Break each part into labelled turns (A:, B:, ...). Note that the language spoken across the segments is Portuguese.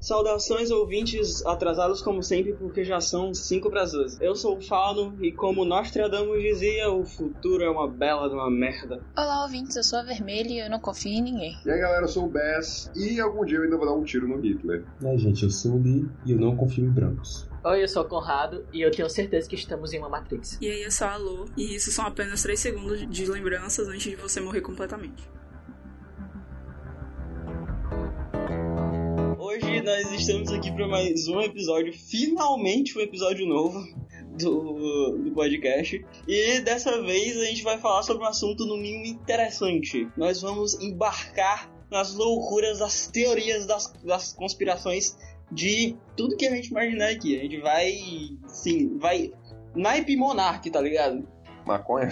A: Saudações ouvintes atrasados como sempre, porque já são 5 para as 12. Eu sou o Fauno e como Nostradamus dizia, o futuro é uma bela de uma merda.
B: Olá, ouvintes, eu sou a Vermelha e eu não confio em ninguém.
C: E aí galera, eu sou o Bess e algum dia eu ainda vou dar um tiro no Hitler.
D: Né, gente, eu sou o Lee e eu não confio em brancos.
E: Oi, eu sou o Conrado e eu tenho certeza que estamos em uma Matrix.
F: E aí eu sou a Lu e isso são apenas 3 segundos de lembranças antes de você morrer completamente.
A: Hoje nós estamos aqui para mais um episódio, finalmente um episódio novo do, do podcast. E dessa vez a gente vai falar sobre um assunto no mínimo interessante. Nós vamos embarcar nas loucuras, das teorias, das, das conspirações de tudo que a gente imaginar aqui. A gente vai, sim, vai naipe monarque, tá ligado?
C: Maconha?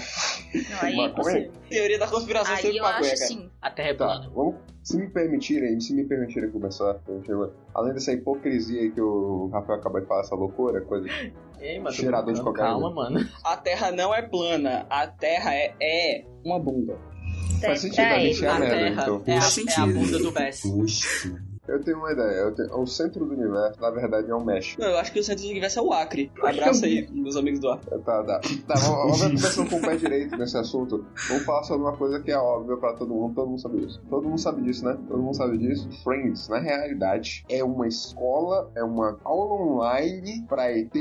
B: Não, aí é
C: Maconha?
B: impossível.
A: Teoria da conspiração
B: Aí
A: sobre
B: eu acho assim.
A: maconha, cara.
B: sim.
E: A Terra é
C: Tá,
E: plana.
C: vamos. Se me permitirem, se me permitirem começar, eu chego- além dessa hipocrisia aí que o Rafael acabou de falar, essa loucura, coisa.
E: Ei, mano,
C: Cheirador
E: tô-
C: de um. cocaína.
E: Calma, mano.
A: A Terra não é plana, a Terra é, é uma bunda.
C: Faz sentido, a gente é a
E: A
C: merda,
E: Terra
C: então.
E: é, a, é a
F: sentido.
E: bunda do Bess.
D: Oxi.
C: Eu tenho uma ideia, eu tenho- é o centro do universo, na verdade, é o México.
A: Não, eu acho que o centro do universo é o Acre. Abraço aí, meus amigos do Acre.
C: Tá, tá. Tá, vamos, vamos começar com o pé direito nesse assunto. Vamos falar sobre uma coisa que é óbvia pra todo mundo, todo mundo sabe disso. Todo mundo sabe disso, né? Todo mundo sabe disso. Friends, na realidade, é uma escola, é uma aula online pra ET,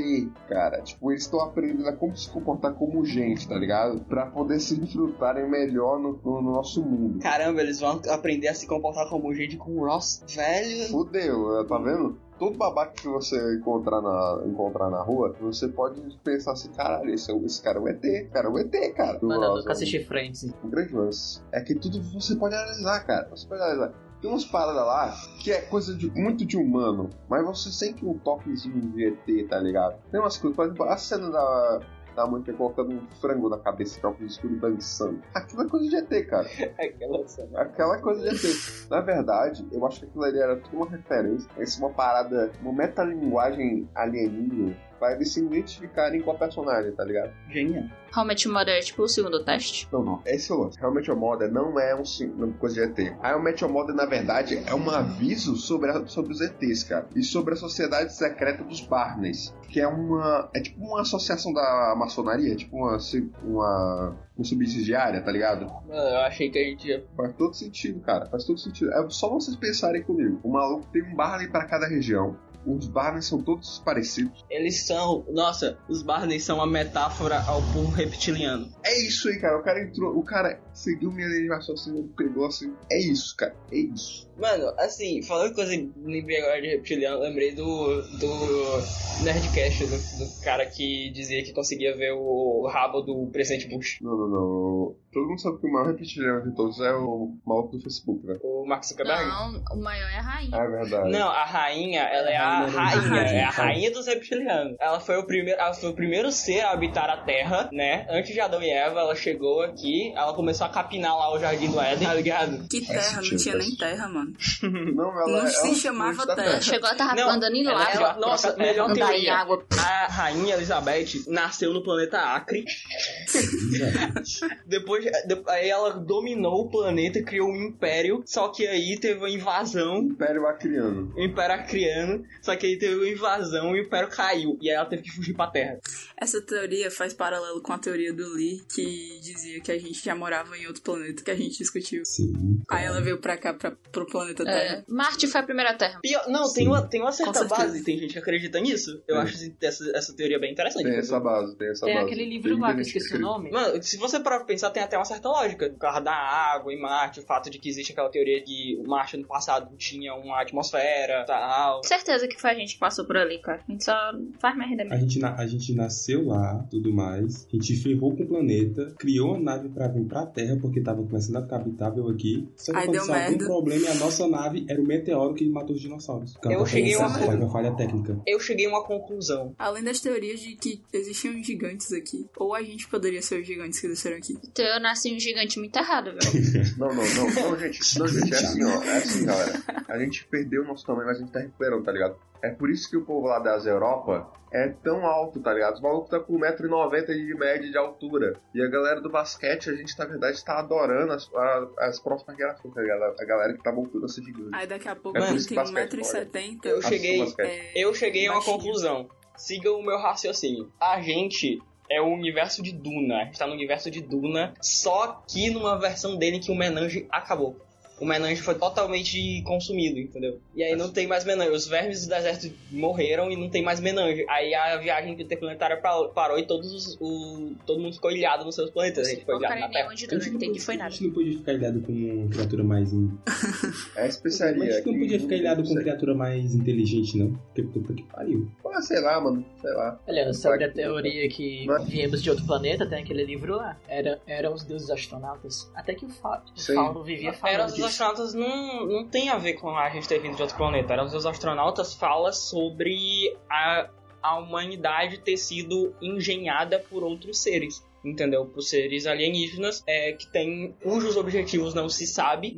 C: cara. Tipo, eles estão aprendendo a como se comportar como gente, tá ligado? Pra poder se desfrutarem melhor no, no nosso mundo.
A: Caramba, eles vão aprender a se comportar como gente com o Ross, velho.
C: Fudeu, né? tá vendo? Todo babaca que você encontrar na, encontrar na rua, você pode pensar assim, caralho, esse, é um- esse cara é um ET, esse cara é um ET, cara.
E: Mano, eu
C: Nossa,
E: nunca assisti Friends.
C: O grande lance é que tudo você pode analisar, cara. Você pode analisar. Tem umas paradas lá que é coisa de muito de humano, mas você sente um toquezinho de ET, tá ligado? Tem umas coisas, por exemplo, a cena da, da Mônica colocando um frango na cabeça de óculos escuro e dançando. Aquilo é coisa de ET, cara.
A: É Aquela cena.
C: Aquela é coisa de ET. Na verdade, eu acho que aquilo ali era tudo uma referência. Essa é uma parada, uma metalinguagem alienígena pra eles se identificarem com a personagem, tá ligado?
A: Genial.
B: How Met Your Mother é tipo o segundo teste?
C: Não, não. Esse é o lance. Realmente o Mother não é um, sim- uma coisa de ET. Realmente o Mother, na verdade, é um aviso sobre, a- sobre os ETs, cara. E sobre a sociedade secreta dos Barnes. Que é uma. É tipo uma associação da maçonaria, tipo uma. se- uma uma subsidiária, tá ligado?
A: Mano, eu achei que a gente ia.
C: Faz todo sentido, cara. Faz todo sentido. É só vocês pensarem comigo. O maluco tem um Barney pra cada região. Os Barnes são todos parecidos.
A: Eles são. Nossa, os Barneys são uma metáfora ao povo reptiliano.
C: É isso aí, cara. O cara entrou. O cara seguiu minha linha de raciocínio, pegou assim. É isso, cara. É isso.
A: Mano, assim, falando coisa. Lembrei agora de reptiliano, lembrei do. do. Nerdcast, do, do cara que dizia que conseguia ver o rabo do presidente Bush.
C: Não, não, não. Todo mundo sabe que o maior reptiliano de todos é o maluco do Facebook, né?
A: O Mark Zuckerberg?
B: Não, o maior é a rainha.
C: É verdade.
A: Não, a rainha, ela é a rainha, é a rainha dos reptilianos. Ela foi o primeiro, ela foi o primeiro ser a habitar a Terra, né? Antes de Adão e Eva, ela chegou aqui, ela começou a capinar lá o jardim do Éden, tá ligado?
F: Que
C: Faz
F: terra? Não
C: sentido,
F: tinha
C: faz
F: nem terra, mano.
C: Não, ela
F: Não
C: ela
F: se
C: é o
F: chamava
C: fruto da
F: Terra.
B: Chegou, ela tava
A: Não,
B: andando em
A: ela-
B: lá.
A: ela- nossa, melhor
B: andar em
A: teoria.
B: água.
A: A rainha Elizabeth nasceu no planeta Acre. Depois, de- aí ela dominou o planeta, criou um império, só que aí teve uma invasão
C: Império Acriano.
A: o Império Acriano, só que aí teve uma invasão e o Império caiu. E aí ela teve que fugir pra Terra.
F: Essa teoria faz paralelo com a teoria do Lee, que dizia que a gente já morava em outro planeta que a gente discutiu.
D: Sim.
F: Aí ela veio pra cá, pra, pro planeta Terra.
B: É, Marte foi a primeira terra.
A: Pior- não,
D: Sim.
A: tem uma, tem uma certa
F: Com certeza.
A: base, tem gente que acredita nisso. Eu
C: É.
A: acho esse- essa, essa teoria bem interessante.
C: Tem essa base, tem essa
E: Tem
C: base.
E: É aquele livro
C: Tem
E: lá que eu
C: gente
E: esqueci o
C: escreve.
E: nome.
A: Mano, se você parar pra pensar, tem até uma certa lógica. Por causa da água e Marte, o fato de que existe aquela teoria de Marte no passado tinha uma atmosfera tal.
B: Certeza que foi a gente que passou por ali, cara. A gente só faz merda
D: A
B: mesmo.
D: gente, na- a gente nasceu lá, tudo mais. A gente ferrou com o planeta, criou a nave pra vir pra Terra, porque tava começando a ficar habitável aqui. Só que
F: Aí deu
D: aconteceu algum
F: merda.
D: problema e a nossa nave era o meteoro que matou os dinossauros. tá
A: Eu cheguei a uma-
D: Foi assim, uma falha técnica.
A: Eu cheguei a uma conclusão.
F: Além das teorias de que existiam gigantes aqui, ou a gente poderia ser os gigantes que desceram aqui.
B: Então eu nasci um gigante muito errado, velho.
C: Não, não, não. Não, gente. Não, gente. É assim, ó. É assim, galera. A gente perdeu o nosso tamanho, mas a gente tá recuperando, tá ligado? É por isso que o povo lá das Europa é tão alto, tá ligado? Os malucos tá com 1,90m de média de altura. E a galera do basquete, a gente, na verdade, tá adorando as, a- as próximas gerações, tá ligado? A galera que tá voltando a ser gigante.
F: Aí daqui a pouco
A: É por
F: a
C: isso
F: gente
C: que
F: tem
C: basquete olha.
F: 1,70m.
A: Eu cheguei-
C: Assista o basquete.
A: Eu cheguei a uma
F: Baixinho.
A: conclusão. Sigam o meu raciocínio. A gente é o universo de Duna. A gente tá no universo de Duna, só que numa versão dele que o Menange acabou. O Menange foi totalmente consumido, entendeu? E aí não tem mais Menange. Os vermes do deserto morreram e não tem mais Menange. Aí a viagem interplanetária pa- parou e todos os- o, todo mundo ficou ilhado nos seus planetas. A gente foi ilhado
B: Porcaria
A: na Terra.
B: nenhuma de
D: A
B: tudo,
D: gente
B: não
D: não
B: entendi
D: podia-
B: foi
D: A
B: nada.
D: gente não podia ficar ilhado com uma criatura mais. in-
C: É a
D: Mas a
C: especiaria.
D: gente não
C: que-
D: podia ficar ilhado com
C: sei.
D: uma criatura mais inteligente, não. Porque puta que pariu.
C: Ah, sei lá, mano. Sei lá.
E: Olha, sobre a teoria que
C: Mas-
E: viemos de outro planeta, tem aquele livro lá. Era, eram os deuses astronautas. Até que o, fa o
C: Sim.
E: Fauno vivia
A: Era
E: falando
A: dos
E: disso.
A: astronautas não, não tem a ver com a gente ter vindo de outro planeta. Era dos astronautas fala sobre a, a humanidade ter sido engenhada por outros seres. Entendeu? Por seres alienígenas é, que tem cujos objetivos não se sabe,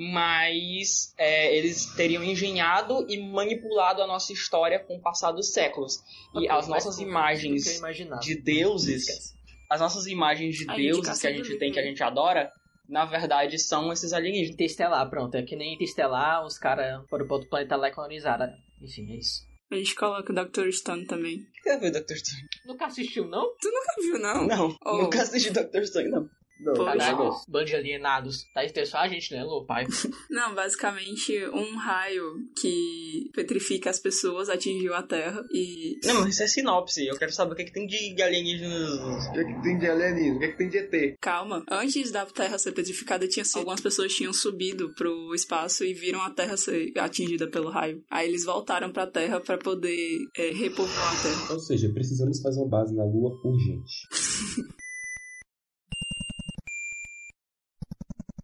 A: mas é, eles teriam engenhado e manipulado a nossa história com o passar dos séculos. E as nossas
E: Do que eu
A: imagens
E: imaginava.
A: de deuses
E: Esquece.
A: as nossas imagens de
F: A
A: deuses que
F: indicação
A: a
F: do
A: gente
F: livro,
A: tem, que a
F: né?
A: gente adora, na verdade são esses alienígenas.
E: Interestelar, pronto. É que nem Interestelar, os caras foram pro outro planeta lá e colonizaram. Enfim, é isso.
F: A gente coloca o Dr. Stone também.
A: Quer ver Dr. Strange?
E: Nunca assistiu, não?
F: Nunca viu, não?
A: Não,
F: Oh.
A: nunca assisti Dr. Strange, não.
C: Não,
F: Poxa.
C: não.
E: Caralho, bando de alienados. Tá estressou a gente, né, louco pai?
F: Não, basicamente um raio que petrifica as pessoas atingiu a Terra e.
A: Não, mas isso é sinopse. Eu quero saber o que, é que tem de alienígenas.
C: O que, é que tem de alienígena? O que, é que tem de ET?
F: Calma, antes da Terra ser petrificada, tinha sido- algumas pessoas tinham subido pro espaço e viram a Terra ser atingida pelo raio. Aí eles voltaram pra Terra pra poder é, repovoar a Terra.
D: Ou seja, precisamos fazer uma base na Lua urgente.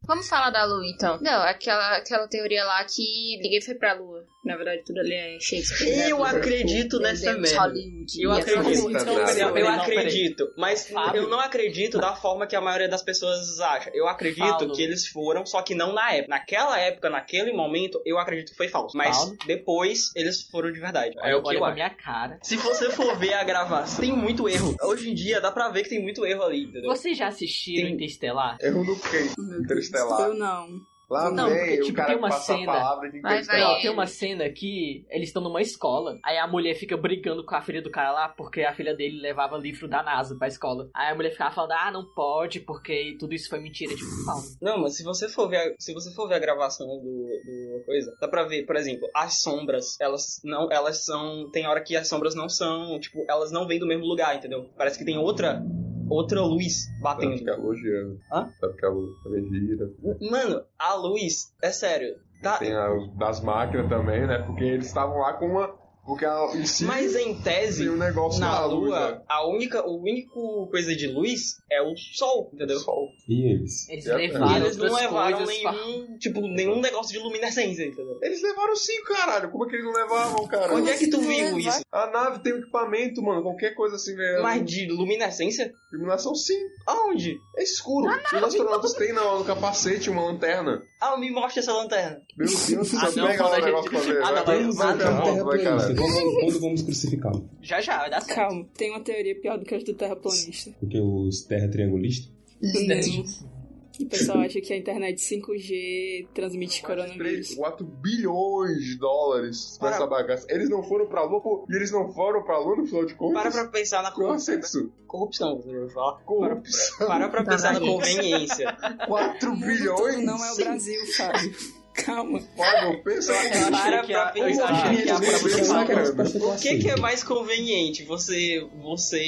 B: Vamos falar da Lua, então. Não, aquela, aquela teoria lá que ninguém foi pra Lua. Na verdade, tudo ali é Shakespeare. né?
A: Eu
B: Tudo
A: acredito
B: é
A: nessa
B: Deus,
A: merda.
B: Hollywood.
A: Eu
B: e essas
A: acredito.
B: coisas.
C: Tá ligado?
A: Eu,
E: Peraí, não, peraí.
A: acredito, mas
E: Fábio.
A: eu não acredito da forma que a maioria das pessoas acha. Eu acredito
E: Fauno.
A: que eles foram, só que não na época. Naquela época, naquele momento, eu acredito que foi falso. Mas
E: Fauno.
A: depois eles foram de verdade. É o que
E: Olha
A: eu
E: pra
A: acho.
E: minha cara.
A: Se você for ver a gravação, tem muito erro. Hoje em dia dá pra ver que tem muito erro ali, entendeu?
E: Vocês já assistiram
A: Tem-
E: Interestelar?
C: Eu não fiquei.
F: oh, Meu
C: Interestelar.
F: Eu não.
C: um Lá
E: Não, porque,
C: vem
E: tipo,
C: o cara
E: tem
C: que
E: uma
C: passa
E: cena-
C: a palavra de
B: Vai, vai,
C: Interestelar.
E: Não, tem uma cena que eles estão numa escola, aí a mulher fica brigando com a filha do cara lá, porque a filha dele levava livro da NASA pra escola. Aí a mulher ficava falando, ah, não pode, porque tudo isso foi mentira, tipo, fala.
A: Não, mas se você for ver a, se você for ver a gravação do, do coisa, dá pra ver, por exemplo, as sombras, elas não, elas são, tem hora que as sombras não são, tipo, elas não vêm do mesmo lugar, entendeu? Parece que tem outra outra luz
C: Vai
A: batendo.
C: ficar elogiando.
A: um Hã?
C: Vai ficar elogiando.
A: Mano, a luz, é sério, tá
C: Tem a, os das máquinas também, né? Porque eles estavam lá com uma. Porque a, em si
A: mas em tese
C: tem um negócio
A: na
C: luz, né?
A: lua, a única o único coisa de luz é o sol, entendeu?
C: Sol.
D: E eles?
E: Eles
C: É,
A: E
E: levaram
A: eles não
E: outras
A: levaram
E: coisas pra-
A: nenhum, tipo, nenhum negócio de luminescência, entendeu?
C: Eles levaram sim, caralho. Como é que eles não levavam, cara?
A: Onde é que tu viu
F: Vai-
A: isso?
C: A nave tem um equipamento, mano. Qualquer coisa assim, velho.
A: Mas de luminescência?
C: Iluminação sim.
A: Aonde?
C: É escuro. Os astronautas têm na- no capacete uma lanterna.
A: Ah, me mostra essa lanterna.
C: Meu Deus,
E: Ah,
C: você só pega
E: não,
C: lá
E: fala
C: o
E: que-
C: negócio pra ver.
E: Ah, não,
C: vai.
E: mas-
C: Vai,
E: ah,
C: vai,
E: não,
C: vai,
D: pra
C: cara.
D: isso. Quando, quando vamos crucificá-lo?
E: Já, já, vai dar certo.
F: Calma, tem uma teoria pior do que as do terraplanista.
D: Porque os terra-triangulistas?
F: O pessoal acha que a internet 5G transmite coronavírus.
C: 4 bilhões de dólares
A: Para-
C: nessa bagaça. Eles não foram pra Lua pô, e eles não foram pra Lua no final de contas?
A: Para pra pensar na
C: Qual é o
A: corrupção.
C: sexo?
A: Corrupção, você vai falar.
C: Corrupção.
A: Para pra pensar na conveniência.
C: 4
F: O mundo
C: bilhões?
F: todo não é o Brasil, Fábio. Calma.
C: Pagam, pensa
E: Eu achei que a-
A: pra
E: eu
A: pensar.
C: Ah,
E: achei
C: é,
E: que a
C: Pensa,
E: própria
C: cara.
A: O que, que é mais conveniente? Você você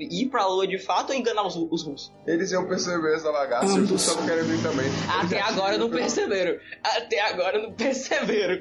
A: ir pra lua de fato ou enganar os, os russos?
C: Eles iam perceber essa bagaça. Os
F: Ambos.
C: russos não querem vir também.
A: Até agora não perceberam. Até agora não perceberam.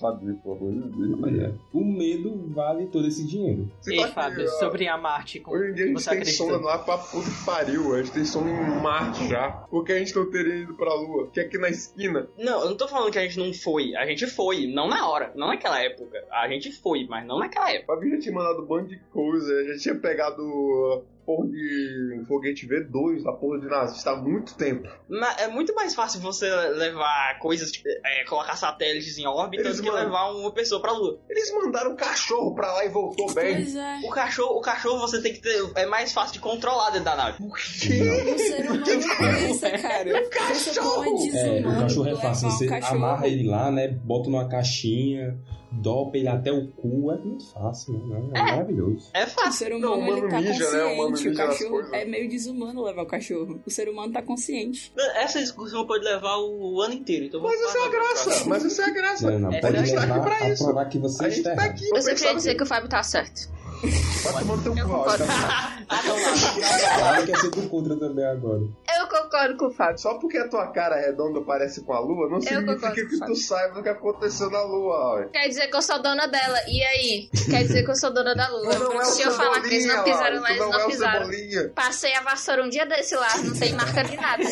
C: Fábio, pelo amor de Deus.
D: Olha, é, o medo vale todo esse dinheiro.
C: Você
E: Ei,
C: tá
E: Fábio,
C: aqui, ó.
E: sobre a Marte, como
C: Hoje em dia a gente
E: você
C: tem
E: acredita?
C: sono lá pra puta que pariu, a gente tem sono em Marte já. Porque a gente não teria ido pra Lua, que é aqui na esquina.
A: Não, eu não tô falando que a gente não foi. A gente foi, não na hora, não naquela época. A gente foi, mas não naquela época.
C: O Fábio já tinha mandado um monte de coisa, já tinha pegado uh, porra de foguete V2 da porra de nazista há muito tempo.
A: Mas é muito mais fácil você levar coisas, tipo, é, colocar satélites em órbita
C: Eles
A: do que
C: mandam.
A: levar uma pessoa pra lua.
C: Eles mandaram um cachorro pra lá e voltou bem.
G: Pois é.
A: O cachorro, o cachorro você tem que ter. É mais fácil de controlar dentro da nave.
G: O ser humano
F: é
G: pensa, cara. Pensa como é
D: É,
G: desumano.
D: o cachorro é
G: levar
D: fácil.
G: um
D: Você
G: cachorro.
D: amarra ele lá, né? Bota numa caixinha, dopa ele até o cu. É muito fácil, né? É, maravilhoso.
A: É
G: O
A: fácil.
G: ser
C: Não,
G: humano
C: o humano
G: ele tá
C: mija, né? O humano
G: consciente. O
C: mija nas
G: cachorro
C: coisas.
G: é meio desumano levar o cachorro. O ser humano tá consciente.
A: Essa discussão pode levar o ano inteiro. Então
C: Mas
A: vamos
C: essa é a
A: parar.
C: graça, mas essa é a graça.
D: Não, é não,
E: É,
D: pode
C: a gente tá
D: levar
C: aqui pra
D: a
C: isso.
D: provar que você
C: A gente
D: está
C: tá
D: errado.
C: aqui,
B: Eu só queria
C: pensando
B: dizer
C: assim,
B: que o Fábio tá certo.
C: vai tomando teu cu, ó,
B: concordo.
C: tá?
D: Claro que é sempre contra também agora.
B: Eu concordo com o Fábio.
C: Só porque a tua cara redonda parece com a lua, não significa
B: concordo,
C: que tu
B: Fábio.
C: saiba o que aconteceu na lua, ó.
B: Quer dizer que eu sou dona dela. E aí? Quer dizer que eu sou dona da lua.
C: Tu não é o
B: Se eu falar que eles
C: Cebolinha,
B: não pisaram
C: ó,
B: lá,
C: tu
B: eles
C: não é
B: não
C: o
B: pisaram.
C: Cebolinha.
B: Passei a vassoura um dia desse lá, não tem marca de nada.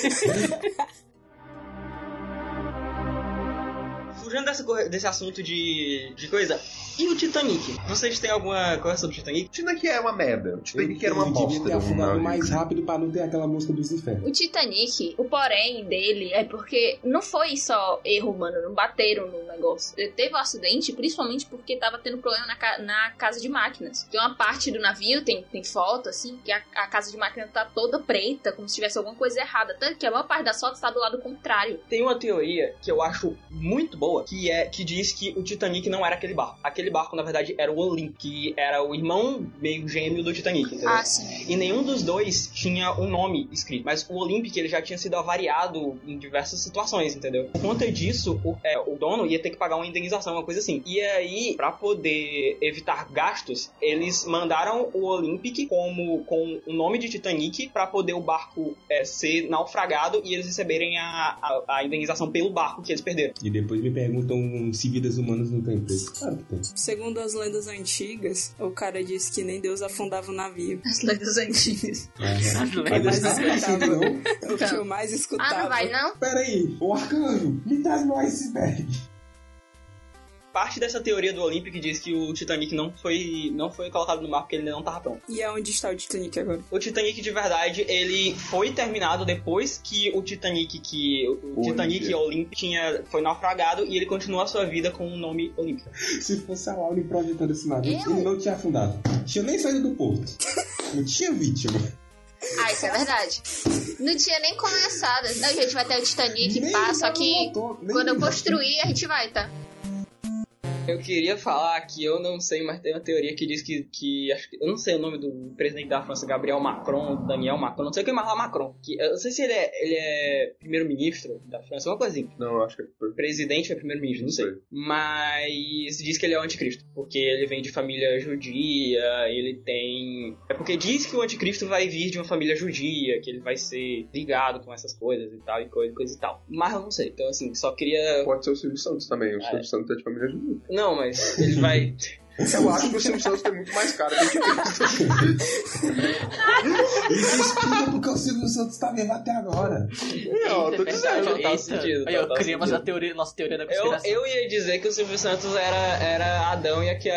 A: Fugindo dessa corre- desse assunto de, de coisa. E o Titanic? Vocês têm alguma coisa sobre o Titanic?
C: Titanic é uma merda. O Titanic era uma
D: Ele devia ter
C: bosta.
D: afundado
C: não,
D: mais rápido pra não ter aquela música dos infernos.
B: O Titanic, o porém dele é porque não foi só erro humano, não bateram no negócio. Eh, Teve um acidente, principalmente porque tava tendo problema na, ca- na casa de máquinas. Tem uma parte do navio, tem, tem foto, assim, que a, a casa de máquinas tá toda preta, como se tivesse alguma coisa errada. Tanto que a maior parte das fotos tá do lado contrário.
A: Tem uma teoria que eu acho muito boa, que é que diz que o Titanic não era aquele barco. Aquele barco, na verdade, era o Olymp, que era o irmão meio gêmeo do Titanic, entendeu?
B: Ah, sim.
A: E nenhum dos dois tinha um nome escrito. Mas o Olympic ele já tinha sido avariado em diversas situações, entendeu? Por conta disso, o, é, o dono ia ter que pagar uma indenização, uma coisa assim. E aí, pra poder evitar gastos, eles mandaram o Olympic como com o nome de Titanic pra poder o barco é, ser naufragado e eles receberem a, a, a indenização pelo barco que eles perderam.
D: E depois me perguntam se vidas humanas não tem preço. Claro que tem.
F: Segundo as lendas antigas, o cara disse que nem Deus afundava o navio.
B: As lendas antigas.
D: Ah,
E: As
D: Cadê
E: lendas
D: esse cara? Não.
F: É O que eu mais escutava.
B: Ah, não vai não?
D: Pera aí, ô arcanjo, me traz meu iceberg.
A: Parte dessa teoria do Olympic diz que o Titanic não foi, não foi colocado no mar porque ele não tava pronto.
F: E é onde está o Titanic agora?
A: O Titanic de verdade, ele foi terminado depois que o Titanic que o
C: Olímpia.
A: Titanic Olymp tinha foi naufragado e ele continua a sua vida com o nome Olímpia.
D: Se fosse a Laura projetando esse navio,
B: Eu?
D: ele não tinha afundado. Tinha nem saído do porto. Não tinha vítima.
B: Ah, isso é verdade. Não tinha nem começado. Não, gente, vai ter o Titanic,
D: Nem
B: pá, só
D: ligava
B: que
D: no motor, nem
B: quando eu
D: ligava.
B: construir a gente vai, tá?
A: Eu queria falar que eu não sei, mas tem uma teoria que diz que, que acho que eu não sei o nome do presidente da França, Gabriel Macron, Daniel Macron, não sei quem mais lá Macron, que eu não sei se ele é, ele é primeiro-ministro da França, uma assim. coisinha.
C: não, eu acho que é perfeito.
A: presidente ou primeiro-ministro, não sei.
C: Sei.
A: Mas diz que ele é o anticristo, porque ele vem de família judia, ele tem. É porque diz que o anticristo vai vir de uma família judia, que ele vai ser ligado com essas coisas e tal, e coisa, coisa e tal. Mas eu não sei, então assim, só queria.
C: Pode ser o Silvio Santos também. O Silvio Santos é de família de mim.
A: Não, mas ele vai.
D: é
C: Eu acho que o Silvio Santos tem muito mais cara que o Titanic.
D: Isso explica porque o Silvio Santos tá vivo até agora.
C: Não, eu
E: Eita,
C: tô dizendo.
E: verdade,
A: tá
E: eita.
A: sentido, tá-
E: Aí, ó,
A: tá
E: criamos
A: sentido.
E: a teoria, nossa teoria da
A: Eu,
E: conspiração.
A: eu ia dizer que o Silvio Santos era, era Adão e a que a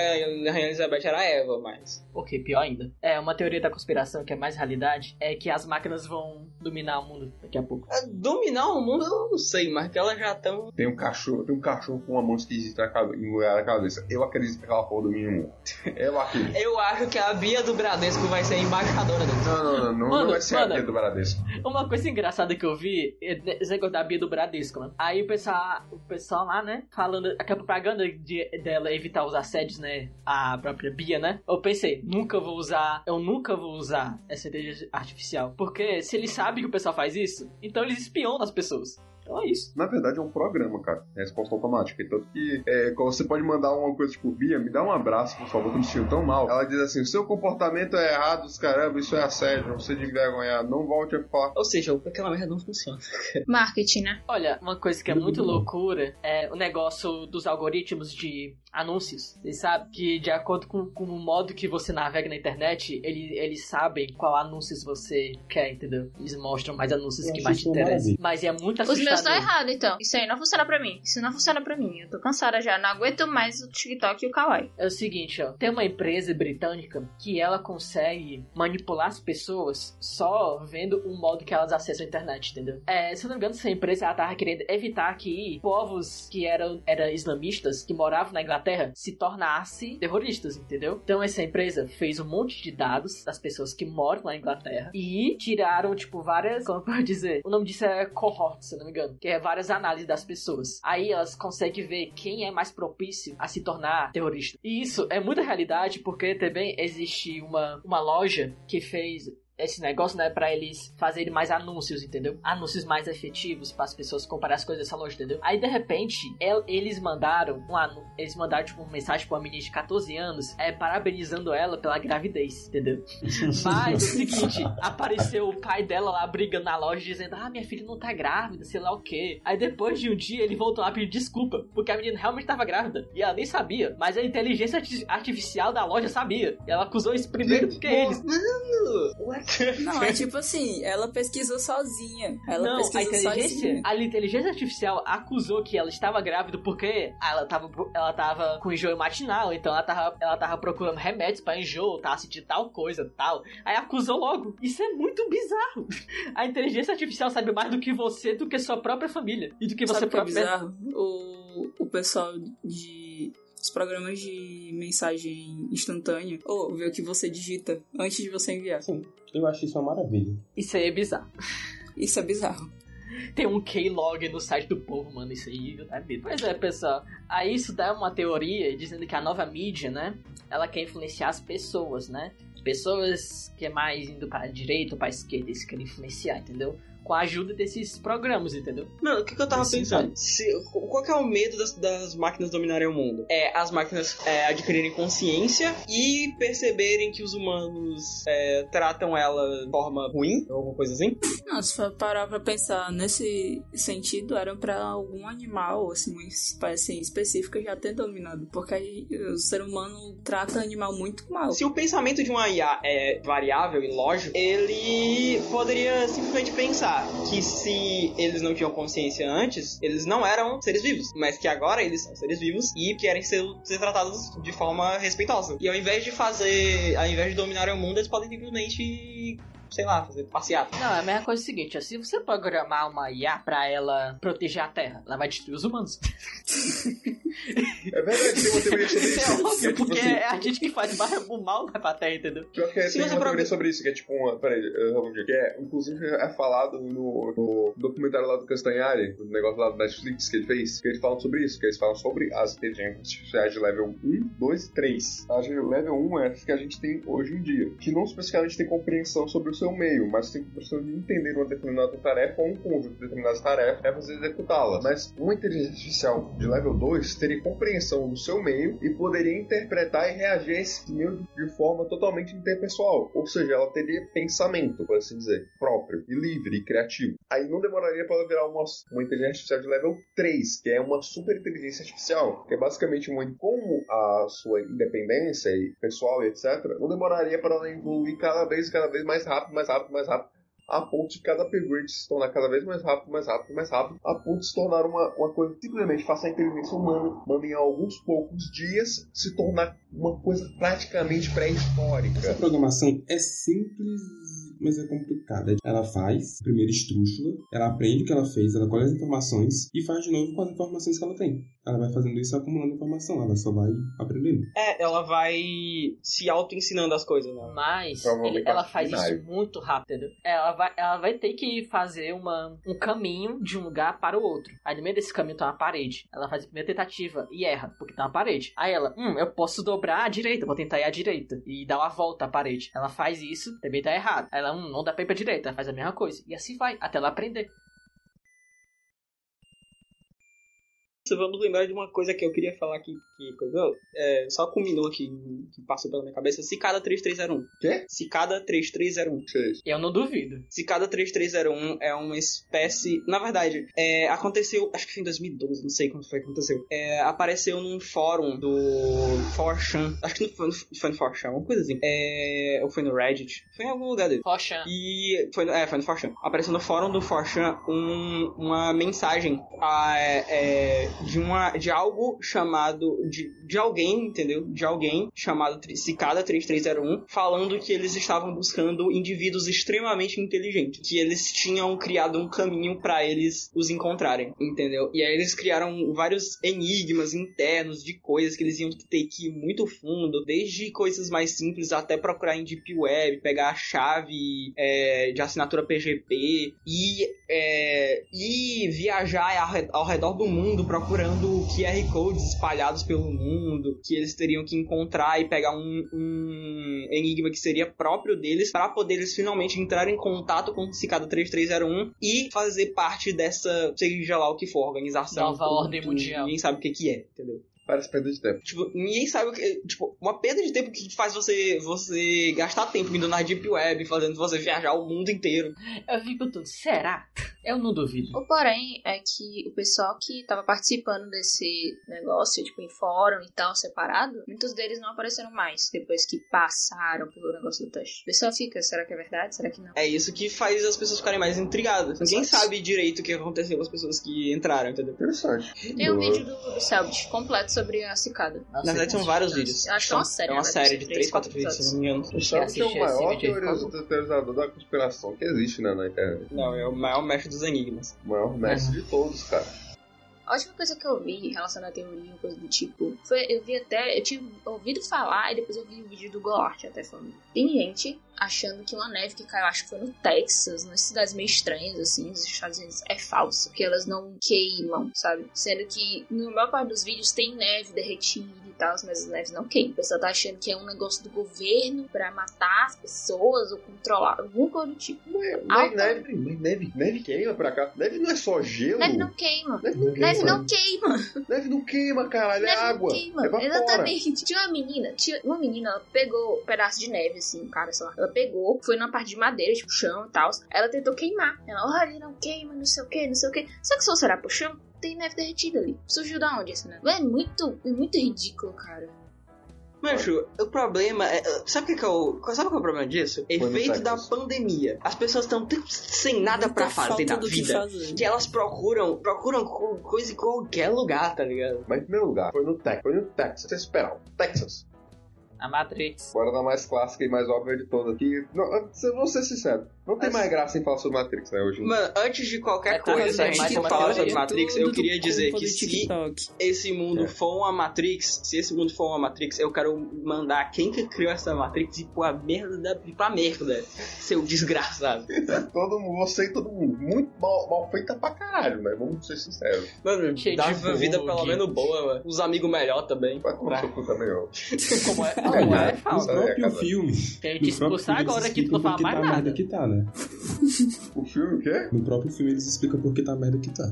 A: Rainha Elizabeth era Eva, mas.
E: Ok, pior ainda. É, uma teoria da conspiração que é mais realidade é que as máquinas vão dominar o mundo daqui a pouco.
A: É, Dominar o mundo eu não sei, mas que elas já estão.
C: Tem um cachorro, tem um cachorro com uma mão esquisita na cabe- enrolada na cabeça. Eu acredito que aquela porra do menino. Eu acredito.
A: Eu acho que a Bia do Bradesco vai ser embaixadora do
C: Não, não, não, não,
E: Mano,
C: não vai ser a
E: mano.
C: Bia do Bradesco.
E: Uma coisa engraçada que eu vi, é esse negócio da Bia do Bradesco, mano. Aí o pessoal, o pessoal lá, né, falando aquela propaganda de- dela evitar os assédios, né, a própria Bia, né. Eu pensei, nunca vou usar, eu nunca vou usar essa inteligência artificial. Porque se eles sabem que o pessoal faz isso, então eles espionam as pessoas. Então é isso.
C: Na verdade é um programa, cara. É resposta automática. E Tanto que é, quando você pode mandar uma coisa tipo, Bia, me dá um abraço, por favor, que eu me sinto tão mal. Ela diz assim: seu comportamento é errado, os caramba, isso é assédio, você de vergonhar, não volte a falar.
A: Ou seja, aquela merda não funciona.
B: Marketing, né?
D: Uhum.
E: Olha, uma coisa que é muito loucura é o negócio dos algoritmos de anúncios. Eles sabem que, de acordo com, com o modo que você navega na internet, ele, eles sabem qual anúncios você quer, entendeu? Eles mostram mais anúncios
D: Eu
E: que
D: acho
E: mais te
D: isso
E: interessam.
D: maravilha.
E: Mas é muito
B: Os meus estão
E: assustador.
B: errados, então. Isso aí não funciona pra mim. Isso não funciona pra mim. Eu tô cansada já. Não aguento mais o TikTok e o Kawaii.
E: É o seguinte, ó. Tem uma empresa britânica que ela consegue manipular as pessoas só vendo o modo que elas acessam a internet, entendeu? É, se eu não me engano, essa empresa ela tava querendo evitar que povos que eram, eram islamistas, que moravam na Inglaterra, se tornassem terroristas, entendeu? Então essa empresa fez um monte de dados das pessoas que moram na Inglaterra e tiraram, tipo, várias. Como eu posso dizer? O nome disso é cohort, se eu não me engano. Que é várias análises das pessoas. Aí elas conseguem ver quem é mais propício a se tornar terrorista. E isso é muita realidade, porque também existe uma, uma loja que fez esse negócio, né, pra eles fazerem mais anúncios, entendeu? Anúncios mais efetivos para as pessoas comprar as coisas dessa loja, entendeu? Aí de repente, el- eles mandaram um anu- eles mandaram tipo uma mensagem pra uma menina de 14 anos, é parabenizando ela pela gravidez, entendeu? Mas é o seguinte, apareceu o pai dela lá brigando na loja dizendo: "Ah, minha filha não tá grávida, sei lá o quê". Aí depois de um dia ele voltou lá pedir desculpa, porque a menina realmente tava grávida e ela nem sabia, mas a inteligência arti- artificial da loja sabia. E ela acusou isso primeiro do que eles.
A: né?
G: Não, é tipo assim, ela pesquisou sozinha. Ela
E: não, a
G: pesquisou
E: inteligência,
G: sozinha.
E: a inteligência artificial acusou que ela estava grávida porque ah, ela tava, ela tava com enjoo matinal, então ela tava, ela tava procurando remédios pra enjoo, tava sentindo tal coisa, tal. Aí acusou logo. Isso é muito bizarro. A inteligência artificial sabe mais do que você, do que sua própria família e do que
G: Sabe
E: você
G: o que é
E: própria.
G: bizarro? O, o pessoal de. Os programas de mensagem instantânea. Ou ver o que você digita antes de você enviar.
D: Sim, eu acho isso uma maravilha.
E: Isso aí é bizarro.
G: Isso é bizarro.
E: Tem um Keylog no site do povo, mano. Isso aí tá medo. Pois é, pessoal. Aí isso dá uma teoria dizendo que a nova mídia, né? Ela quer influenciar as pessoas, né? Pessoas que é mais indo pra direita ou pra esquerda, eles querem influenciar, entendeu? Com a ajuda desses programas, entendeu?
A: Mano, o que, que eu tava
E: Sim,
A: pensando? Se- qual que é o medo das, das máquinas dominarem o mundo? É as máquinas é, adquirirem consciência e perceberem que os humanos é, tratam ela de forma ruim, ou alguma coisa assim.
G: Não, se for parar pra pensar nesse sentido, era pra algum animal, assim, uma espécie específica já ter dominado. Porque aí, o ser humano trata animal muito mal.
A: Se o pensamento de uma IA é variável e lógico, ele poderia simplesmente pensar que se eles não tinham consciência antes, eles não eram seres vivos, mas que agora eles são seres vivos e querem ser, ser tratados de forma respeitosa. E ao invés de fazer, ao invés de dominar o mundo, eles podem simplesmente, sei lá, fazer passeata.
E: Não, é a mesma coisa é o seguinte, ó, se você programar uma IA pra ela proteger a Terra, ela vai destruir os humanos.
C: É verdade, tem uma teoria sobre isso.
E: Isso é
C: que é,
E: óbvio,
C: tipo
E: porque
C: assim,
E: é a gente que faz o mal pra Terra, entendeu?
C: Pior que é,
A: Se
C: tem
A: você
C: uma teoria
A: procurar-
C: sobre isso, que é tipo uma. Peraí, eu vou ver, que é, inclusive é falado no, no documentário lá do Castanhari, no negócio lá do Netflix que ele fez, que eles falam sobre isso, que eles falam sobre as inteligências artificiais de level 1, 2 e 3. As de level 1 é as que a gente tem hoje em dia, que não especificamente tem compreensão sobre o seu meio, mas tem compreensão de entender uma determinada tarefa ou um conjunto de determinadas tarefas e executá-las. Mas uma inteligência artificial de level 2 teria compreensão do seu meio e poderia interpretar e reagir a esse meio de forma totalmente interpessoal. Ou seja, ela teria pensamento, por assim dizer, próprio e livre e criativo. Aí não demoraria para ela virar uma, uma inteligência artificial de level 3, que é uma super inteligência artificial, que é basicamente uma como a sua independência e pessoal e etc. Não demoraria para ela evoluir cada vez, cada vez mais rápido, mais rápido, mais rápido a ponto de cada upgrade se tornar cada vez mais rápido, mais rápido, mais rápido, a ponto de se tornar uma, uma coisa que simplesmente faça a inteligência humana, manda em alguns poucos dias, se tornar uma coisa praticamente
D: Essa
C: pré-histórica.
D: programação é simples, mas é complicada. Ela faz, primeiro estrúxula, ela aprende o que ela fez, ela colhe as informações e faz de novo com as informações que ela tem. Ela vai fazendo isso acumulando informação, ela só vai aprendendo.
A: É, ela vai se auto-ensinando as coisas, né?
E: Mas
C: Provavelmente
E: ele- ela
C: acho
E: faz
C: binário.
E: isso muito rápido. entendeu? Ela vai, ela vai ter que fazer uma, um caminho de um lugar para o outro. Aí no meio desse caminho tem uma parede. Ela faz a primeira tentativa e erra, porque tem uma parede. Aí ela, hum, eu posso dobrar à direita, vou tentar ir à direita. E dar uma volta à parede. Ela faz isso, também tá errado. Aí ela, hum, não dá pra ir pra direita, ela faz a mesma coisa. E assim vai, até ela aprender.
A: Vamos lembrar de uma coisa que eu queria falar aqui, que coisa, é, só culminou aqui, que passou pela minha cabeça. Cicada 3301.
C: Quê?
A: Cicada 3301.
C: Vocês.
E: Eu não duvido.
A: Cicada 3301 é uma espécie. Na verdade, é, aconteceu. Acho que foi em 2012, não sei quando foi que aconteceu. É, apareceu num fórum do 4chan. Acho que não foi, foi no 4chan, alguma coisa assim. É, ou foi no Reddit. Foi em algum lugar dele.
E: Rocha.
A: E foi, no- é, foi no 4chan. Apareceu no fórum do 4chan um- uma mensagem ah, é, é, de, uma, de algo chamado. De, de alguém, entendeu? De alguém chamado Tri- Cicada 3301, falando que eles estavam buscando indivíduos extremamente inteligentes. Que eles tinham criado um caminho pra eles os encontrarem, entendeu? E aí eles criaram vários enigmas internos de coisas que eles iam ter que ir muito fundo, desde coisas mais simples até procurar em Deep Web, pegar a chave é, de assinatura PGP e, é, e viajar ao re- ao redor do mundo procurando QR codes espalhados pelo mundo que eles teriam que encontrar e pegar um, um enigma que seria próprio deles para poder eles finalmente entrar em contato com o Cicada 3301 e fazer parte dessa, seja lá o que for, organização.
E: Nova ordem mundial.
A: Ninguém sabe o que, que é, entendeu?
C: Parece perda de tempo.
A: Tipo, ninguém sabe o que. Tipo, uma perda de tempo que faz você, você gastar tempo indo na Deep Web, fazendo você viajar o mundo inteiro.
E: Eu vi tudo. Será? Eu não duvido.
B: O porém é que o pessoal que tava participando desse negócio, tipo, em fórum e tal, separado, muitos deles não apareceram mais depois que passaram pelo negócio do teste. O pessoal fica, será que é verdade? Será que não?
A: É isso que faz as pessoas ficarem mais intrigadas. Ninguém sabe direito o que aconteceu com as pessoas que entraram, entendeu?
C: Interessante.
B: Tem um
C: Boa.
B: vídeo do, do Selbit completo sobre a cicada.
A: Na verdade, são vários vídeos.
B: Eu acho que é uma série,
A: É uma
B: né?
A: série de
B: Três,
A: 3, 4
B: quatro assim.
A: vídeos, se eu não me engano.
C: O Sam é o
E: assiste
C: maior
E: esse vídeo aí, por
C: teoriza- teorizador da conspiração que existe né, na internet.
A: Não, é o maior mestre dos enigmas.
C: O maior mestre de todos, cara.
B: A última coisa que eu vi relacionada à teoria, coisa do tipo, foi eu vi até, eu tinha ouvido falar e depois eu vi o vídeo do Golart até falando. Tem gente achando que uma neve que caiu, acho que foi no Texas, nas cidades meio estranhas, assim, nos Estados Unidos, é falsa, que elas não queimam, sabe? Sendo que na maior parte dos vídeos tem neve derretida e tal, mas as neves não queimam. O pessoal tá achando que é um negócio do governo pra matar as pessoas ou controlar, alguma coisa do tipo.
C: Mas,
B: Alta.
C: mas neve, mas neve, neve queima pra cá. Neve não é só gelo.
B: Neve não queima.
C: Neve não
B: Neve
C: queima.
B: não queima.
C: Neve não queima, caralho. É
B: Neve não
C: água.
B: queima.
C: Evapora.
B: Exatamente. Tinha uma menina, tinha uma menina, ela pegou um pedaço de neve, assim, um cara, sei lá. Ela pegou, foi numa parte de madeira, tipo chão e tal. Ela tentou queimar. Ela, olha, não queima, não sei o que, não sei o que. Só que se você olhar pro chão, tem neve derretida ali. Surgiu da onde essa neve? É muito, é muito ridículo, cara.
A: Mancho, o problema é. Sabe o que, que é o. Sabe qual é o problema disso?
C: no
A: Efeito da
C: Texas.
A: pandemia. As pessoas estão tão sem nada pra
G: Muita
A: fazer
G: falta
A: na
G: do que
A: vida.
G: fazer.
A: Que elas procuram, procuram co- coisa em qualquer lugar, tá ligado?
C: Mas em primeiro lugar, foi no Texas. Foi no Texas. Vocês esperavam. Texas.
E: A Matrix.
C: Bora da mais clássica e mais óbvia de todas aqui. Não, eu vou ser sincero. Não tem
A: Mas-
C: mais graça em falar sobre Matrix, né? Hoje.
A: Mano, antes de qualquer
E: É, tá
A: coisa,
F: assim,
A: antes
E: fazendo mais
A: de
E: uma
A: falar
E: teoria.
A: sobre Matrix, eu
G: Tudo
A: queria
G: do
A: dizer
G: combo
A: que
G: do
F: tá.
A: se
G: TikTok.
A: esse mundo
C: É.
A: for uma Matrix, se esse mundo for uma Matrix, eu quero mandar quem que criou essa Matrix ir pra merda, ir pra merda, seu desgraçado.
C: Todo mundo, você e todo mundo. Muito mal, mal feita pra caralho, mas vamos ser sinceros.
A: Mano,
E: Cheio
A: dá
E: de
A: uma vida pelo
E: bug.
A: menos boa, mano. Os amigos melhor também.
C: Vai tomar seu cu também, ó.
E: Como é?
A: né?
E: Como é?
D: Aliás, no
E: Fala.
D: próprio
C: Cara,
D: filme.
E: Tenho que
D: No próprio
E: expulsar
D: filme eles
E: agora aqui, não
D: explicam
E: vou
D: por
E: falar
D: que tá
E: mais
D: a merda
E: nada.
D: que tá, né?
C: O filme o quê?
D: No próprio filme eles explicam por que tá a merda que tá.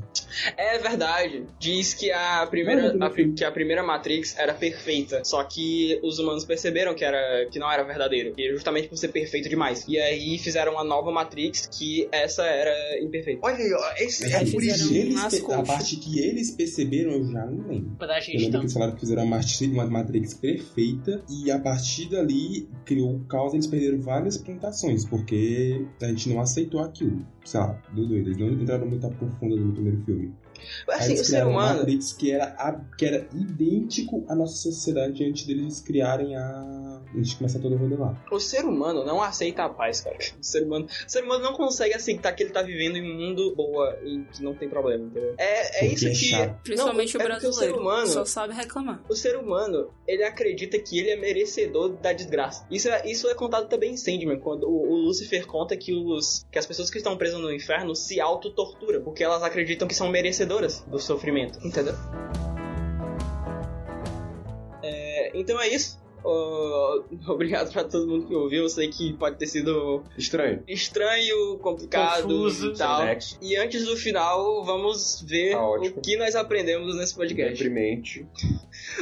A: É verdade. Diz que a primeira, a pri- que a primeira Matrix era perfeita. Só que os humanos perceberam que, era, que não era verdadeiro. E justamente por ser perfeito demais. E aí fizeram uma nova Matrix que essa era imperfeita.
C: Olha aí, ó. Esse é
D: Assim,
C: por
G: fizeram
E: um
C: isso.
D: eles
G: umas
D: pe- a
G: coisas.
D: parte que eles perceberam eu já não lembro.
E: Pra
D: Eu
E: gente
D: lembro que
E: então.
D: eles falaram que fizeram uma matri- uma Matrix perfeita e a partir dali criou o caos eles perderam várias plantações, porque a gente não aceitou aquilo. Sei lá, do doido. Eles não entraram muito a profunda no primeiro filme. Aí
A: Assim, o
D: eles
A: ser
D: criaram uma
A: humano.
D: Matrix que era, a- que era idêntico à nossa sociedade antes deles criarem a. Antes de começar todo o rolê lá.
A: O ser humano não aceita a paz, cara. O ser humano, o ser humano não consegue aceitar que ele tá vivendo em um mundo boa e que não tem problema, entendeu? É, é
D: Porque
A: isso
D: é
A: que.
D: chato.
G: Principalmente
A: Não,
G: o
A: é porque o ser
G: brasileiro.
A: humano-
G: Só sabe reclamar.
A: O ser humano, ele acredita que ele é merecedor da desgraça. Isso é, isso é contado também em Sandman, quando o, o Lucifer conta que, os, que as pessoas que estão presas no inferno se autotorturam, porque elas acreditam que são merecedoras do sofrimento, entendeu? É, então é isso. ó, obrigado pra todo mundo que ouviu. Eu sei que pode ter sido
D: Estranho.
A: estranho, complicado
E: Confuso.
A: e tal.
D: Next.
A: E antes do final, vamos ver
C: né? Tá ótimo.
A: o que nós aprendemos nesse podcast.
C: Deprimente,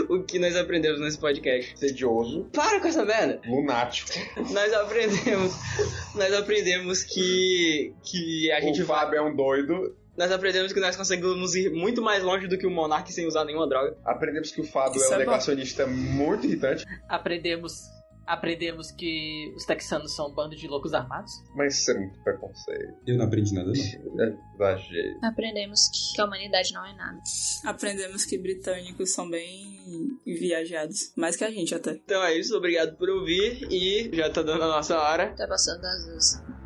A: O que nós aprendemos nesse podcast.
C: sedioso,
A: Para com essa merda!
C: lunático.
A: Nós aprendemos. Nós aprendemos que. Que a gente
C: o
A: vai.
C: Fábio é um doido.
A: Nós aprendemos que nós conseguimos ir muito mais longe do que o Monark sem usar nenhuma droga.
C: Aprendemos que o Fábio
F: Isso
C: é um
F: é bom.
C: negacionista muito irritante,
E: Aprendemos. Aprendemos que os texanos são um bando de loucos armados.
C: mas isso é muito preconceito.
D: Eu não aprendi nada, não.
C: É exagero.
B: Aprendemos que a humanidade não é nada.
G: Aprendemos que britânicos são bem viajados. Mais que a gente até.
A: Então é isso, obrigado por ouvir e já tá dando a nossa hora.
B: Tá passando das duas.